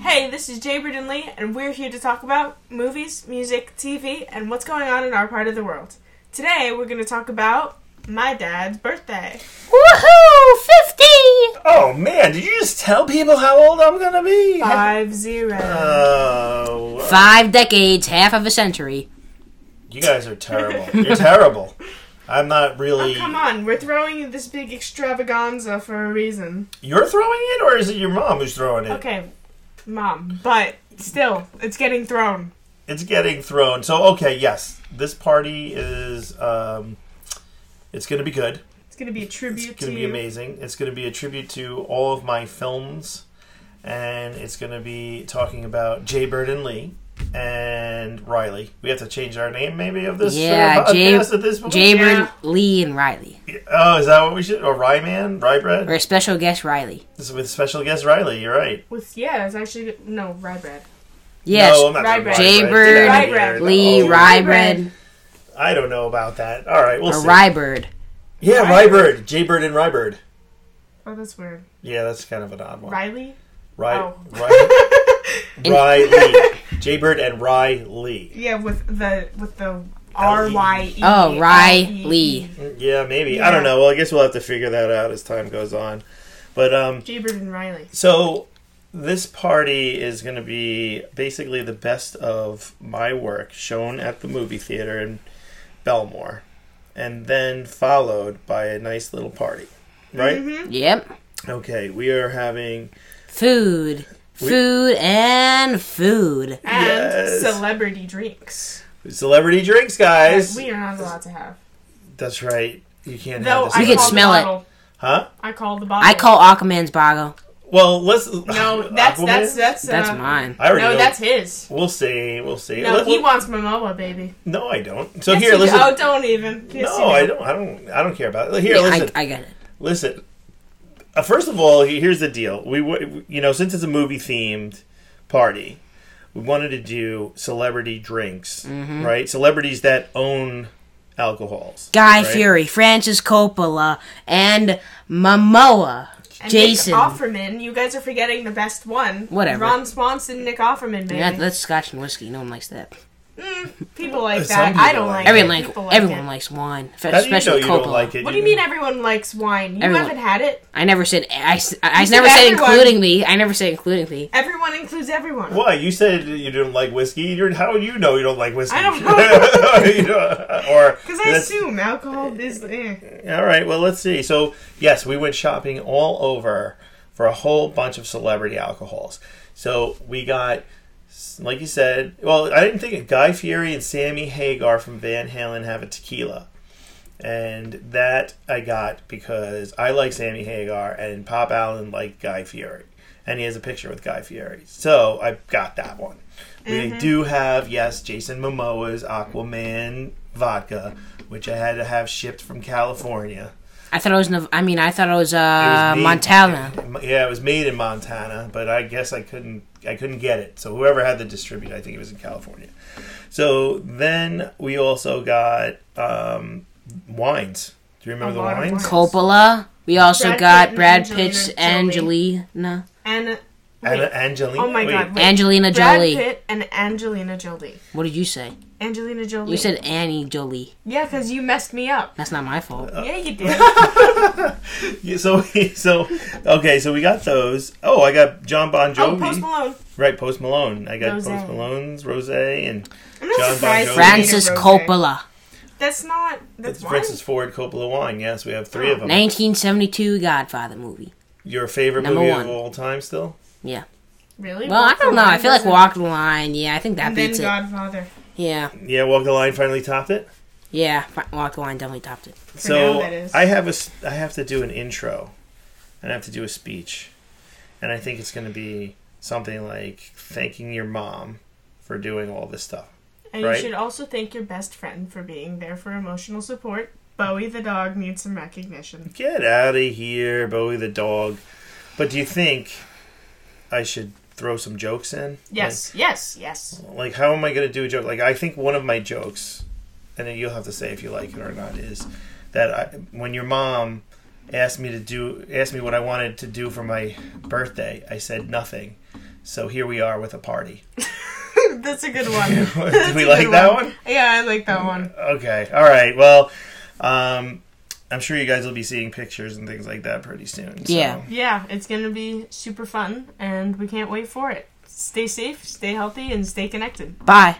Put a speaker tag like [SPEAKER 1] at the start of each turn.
[SPEAKER 1] Hey, this is Jay Burdenley, and we're here to talk about movies, music, TV, and what's going on in our part of the world. Today, we're going to talk about my dad's birthday.
[SPEAKER 2] Woohoo! 50!
[SPEAKER 3] Oh man, did you just tell people how old I'm gonna be?
[SPEAKER 1] Five zero.
[SPEAKER 3] Oh,
[SPEAKER 2] Five decades, half of a century.
[SPEAKER 3] you guys are terrible. You're terrible. I'm not really.
[SPEAKER 1] Oh, Come on, we're throwing you this big extravaganza for a reason.
[SPEAKER 3] You're throwing it, or is it your mom who's throwing it?
[SPEAKER 1] Okay, mom, but still, it's getting thrown.
[SPEAKER 3] It's getting thrown. So okay, yes, this party is. Um, it's gonna be good.
[SPEAKER 1] It's going to be a
[SPEAKER 3] It's
[SPEAKER 1] tribute
[SPEAKER 3] gonna
[SPEAKER 1] to
[SPEAKER 3] be amazing. It's gonna be a tribute to all of my films, and it's gonna be talking about Jay Bird and Lee. And Riley, we have to change our name maybe of this uh,
[SPEAKER 2] Yeah, Jay-
[SPEAKER 3] podcast at this point.
[SPEAKER 2] Jaybird,
[SPEAKER 1] Yeah.
[SPEAKER 2] Lee, and Riley.
[SPEAKER 3] Oh, is that what we should? Or Rye Man? Rye Bread?
[SPEAKER 2] Or a special guest, Riley.
[SPEAKER 3] This is with special guest Riley, you're right.
[SPEAKER 1] With, yeah, it's actually, no, rye bread.
[SPEAKER 2] Yes.
[SPEAKER 3] No, I'm not
[SPEAKER 1] Rye Bread.
[SPEAKER 3] talking Rye
[SPEAKER 2] Jay
[SPEAKER 3] Bread.
[SPEAKER 2] Bird,
[SPEAKER 3] Get outta
[SPEAKER 1] Rye Bread.
[SPEAKER 3] here.
[SPEAKER 2] Lee,
[SPEAKER 3] Oh,
[SPEAKER 2] Rye
[SPEAKER 1] Bread.
[SPEAKER 2] Bread,
[SPEAKER 3] I don't know about that. All right, we'll
[SPEAKER 2] or
[SPEAKER 3] see.
[SPEAKER 2] Rye Bird.
[SPEAKER 3] yeah,
[SPEAKER 1] Rye
[SPEAKER 3] Rye Bird. Jay Bird and Rye Bird.
[SPEAKER 1] Oh, that's weird.
[SPEAKER 3] Yeah, that's kind of an odd one.
[SPEAKER 1] Riley?
[SPEAKER 3] Rye.
[SPEAKER 1] Oh.
[SPEAKER 3] Rye. Rye Lee. Jay Bird and Rye Lee.
[SPEAKER 1] Yeah, with the, with the
[SPEAKER 3] E.
[SPEAKER 1] E R-Y-E.
[SPEAKER 2] Oh, Riley.
[SPEAKER 3] Yeah, maybe. I don't
[SPEAKER 1] Yeah.
[SPEAKER 3] know. Well, I guess we'll have to figure that out as time goes on. But, um,
[SPEAKER 1] Jaybird and Riley.
[SPEAKER 3] So this party is going to be basically the best of my work shown at the movie theater in Belmore, and then followed by a nice little party. Right?
[SPEAKER 1] Mm-hmm.
[SPEAKER 2] Yep.
[SPEAKER 3] Okay, we are having
[SPEAKER 2] Food. Food and food.
[SPEAKER 1] and
[SPEAKER 3] Yes.
[SPEAKER 1] celebrity drinks
[SPEAKER 3] celebrity drinks,
[SPEAKER 1] that
[SPEAKER 3] guys.
[SPEAKER 1] we are not allowed to have.
[SPEAKER 3] That's right. You can't
[SPEAKER 1] Though
[SPEAKER 3] have
[SPEAKER 1] I
[SPEAKER 3] this.
[SPEAKER 2] We could
[SPEAKER 1] call
[SPEAKER 2] smell
[SPEAKER 1] the
[SPEAKER 2] it.
[SPEAKER 1] bottle.
[SPEAKER 3] huh?
[SPEAKER 1] I call the bottle.
[SPEAKER 2] I call Aquaman's Boggle.
[SPEAKER 3] Well, let's.
[SPEAKER 1] No, that's
[SPEAKER 3] Aquaman?
[SPEAKER 1] that's that's uh,
[SPEAKER 2] That's mine.
[SPEAKER 3] I already
[SPEAKER 1] No,
[SPEAKER 3] know.
[SPEAKER 1] that's his.
[SPEAKER 3] We'll see. We'll see.
[SPEAKER 1] No,
[SPEAKER 3] Let-
[SPEAKER 1] he
[SPEAKER 3] let-
[SPEAKER 1] wants Momoa, baby.
[SPEAKER 3] no, I don't. So
[SPEAKER 1] Yes,
[SPEAKER 3] here,
[SPEAKER 1] you do.
[SPEAKER 3] listen.
[SPEAKER 1] Oh, don't even. Yes, you
[SPEAKER 3] no, I
[SPEAKER 1] do.
[SPEAKER 3] don't. I don't. I don't care about it. Here,
[SPEAKER 2] Yeah,
[SPEAKER 3] listen.
[SPEAKER 2] I, I get it.
[SPEAKER 3] Listen, uh, first of all, he- here's the deal. We, w- you know, since it's a movie themed party, we wanted to do celebrity drinks,
[SPEAKER 2] Mm-hmm.
[SPEAKER 3] right? Celebrities that own alcohols.
[SPEAKER 2] Guy
[SPEAKER 3] right?
[SPEAKER 2] Fury, Francis Coppola, and Momoa.
[SPEAKER 1] And
[SPEAKER 2] Jason.
[SPEAKER 1] Nick Offerman. You guys are forgetting the best one.
[SPEAKER 2] Whatever.
[SPEAKER 1] Ron Swanson, Nick Offerman, baby.
[SPEAKER 2] Yeah, that's Scotch and whiskey. No one likes that.
[SPEAKER 1] people like
[SPEAKER 3] Some
[SPEAKER 1] that.
[SPEAKER 3] people
[SPEAKER 1] I don't
[SPEAKER 3] like
[SPEAKER 1] like.
[SPEAKER 3] it.
[SPEAKER 2] Everyone
[SPEAKER 1] it.
[SPEAKER 2] like,
[SPEAKER 1] People
[SPEAKER 2] everyone
[SPEAKER 1] it.
[SPEAKER 2] likes wine,
[SPEAKER 3] How do you know
[SPEAKER 2] especially
[SPEAKER 3] you
[SPEAKER 2] Coppola.
[SPEAKER 3] don't like it?
[SPEAKER 1] What do you mean everyone likes wine? You
[SPEAKER 2] Everyone.
[SPEAKER 1] haven't had it.
[SPEAKER 2] I never said I, s- I- I
[SPEAKER 1] said
[SPEAKER 2] never said
[SPEAKER 1] everyone.
[SPEAKER 2] including me. I never said including me.
[SPEAKER 1] Everyone includes everyone.
[SPEAKER 3] Why you said you didn't like whiskey? You're, how do you know you don't like whiskey?
[SPEAKER 1] I don't know.
[SPEAKER 3] You know, or
[SPEAKER 1] Because I
[SPEAKER 3] that's-
[SPEAKER 1] assume alcohol is. Eh.
[SPEAKER 3] All right, well, let's see. So, yes, we went shopping all over for a whole bunch of celebrity alcohols. So, we got, like you said, well, I didn't think it. Guy Fieri and Sammy Hagar from Van Halen have a tequila. And that I got because I like Sammy Hagar and Pop Allen liked Guy Fieri. And he has a picture with Guy Fieri. So, I got that one. We do have, yes, Jason Momoa's Aquaman vodka, which I had to have shipped from California.
[SPEAKER 2] I thought it was. Nev- I mean, I thought it was, uh,
[SPEAKER 3] It was made-
[SPEAKER 2] Montana.
[SPEAKER 3] Yeah, it was made in Montana, but I guess I couldn't I couldn't get it. So whoever had the distribute, I think it was in California. So then we also got um, wines. Do you remember
[SPEAKER 1] A
[SPEAKER 3] the
[SPEAKER 1] lot of
[SPEAKER 3] wines?
[SPEAKER 1] wines.
[SPEAKER 2] Coppola. We also
[SPEAKER 1] Brad Pitt
[SPEAKER 2] got
[SPEAKER 1] and
[SPEAKER 2] Brad
[SPEAKER 1] Angelina
[SPEAKER 2] Pitt's
[SPEAKER 1] Jolie.
[SPEAKER 2] Angelina
[SPEAKER 1] And
[SPEAKER 3] Ana-
[SPEAKER 1] wait.
[SPEAKER 3] Angelina.
[SPEAKER 1] Oh my
[SPEAKER 3] wait.
[SPEAKER 1] god. Wait.
[SPEAKER 2] Angelina
[SPEAKER 1] Brad
[SPEAKER 2] Jolie.
[SPEAKER 1] Pitt and Angelina Jolie.
[SPEAKER 2] What did you say?
[SPEAKER 1] Angelina Jolie.
[SPEAKER 2] You said Annie Jolie.
[SPEAKER 1] yeah, because you messed me up.
[SPEAKER 2] That's not my fault.
[SPEAKER 3] Uh,
[SPEAKER 1] yeah, you did.
[SPEAKER 3] Yeah, So so okay. So we got those. Oh, I got John Bon Jovi.
[SPEAKER 1] oh, Post Malone.
[SPEAKER 3] Right, Post Malone. I got
[SPEAKER 1] Rosé.
[SPEAKER 3] Post Malone's Rosé and
[SPEAKER 1] I'm not
[SPEAKER 3] John
[SPEAKER 1] surprised.
[SPEAKER 3] Bon Jovi.
[SPEAKER 1] you hated
[SPEAKER 2] Francis
[SPEAKER 1] Rosé.
[SPEAKER 2] Coppola.
[SPEAKER 1] That's not. That's
[SPEAKER 3] It's
[SPEAKER 1] wine. Oh.
[SPEAKER 3] Francis Ford Coppola wine. Yes, we have three of them.
[SPEAKER 2] 1972 Godfather movie.
[SPEAKER 3] Your favorite
[SPEAKER 2] Number
[SPEAKER 3] movie
[SPEAKER 2] one.
[SPEAKER 3] of all time, still?
[SPEAKER 2] Yeah.
[SPEAKER 1] Really?
[SPEAKER 2] Well, I
[SPEAKER 1] Walk the
[SPEAKER 2] don't know. I
[SPEAKER 1] Line
[SPEAKER 2] feel like
[SPEAKER 1] doesn't-
[SPEAKER 2] Walk the Line. Yeah, I think that
[SPEAKER 1] And then
[SPEAKER 2] beats it.
[SPEAKER 1] Godfather.
[SPEAKER 2] Yeah.
[SPEAKER 3] Yeah, Walk the Line finally topped it.
[SPEAKER 2] Yeah. Fi- Walk the Line definitely topped it.
[SPEAKER 1] now,
[SPEAKER 3] So
[SPEAKER 1] that is.
[SPEAKER 3] I have a s- I have to do an intro, and I have to do a speech, and I think it's going to be something like thanking your mom for doing all this stuff.
[SPEAKER 1] And
[SPEAKER 3] Right.
[SPEAKER 1] you should also thank your best friend for being there for emotional support. Bowie the dog needs some recognition.
[SPEAKER 3] Get out of here, Bowie the dog. But do you think I should throw some jokes in?
[SPEAKER 1] Yes, yes, yes.
[SPEAKER 3] Like, like how am I going to do a joke? Like I think one of my jokes, and then you'll have to say if you like it or not, is that I, when your mom asked me to do asked me what I wanted to do for my birthday, I said nothing. So here we are with a party.
[SPEAKER 1] That's a good one.
[SPEAKER 3] Do we like that one?
[SPEAKER 1] Yeah, I like that one.
[SPEAKER 3] Okay. All right. Well, um, I'm sure you guys will be seeing pictures and things like that pretty soon. so-
[SPEAKER 2] Yeah.
[SPEAKER 1] Yeah, it's going to be super fun, and we can't wait for it. Stay safe, stay healthy, and stay connected.
[SPEAKER 2] Bye.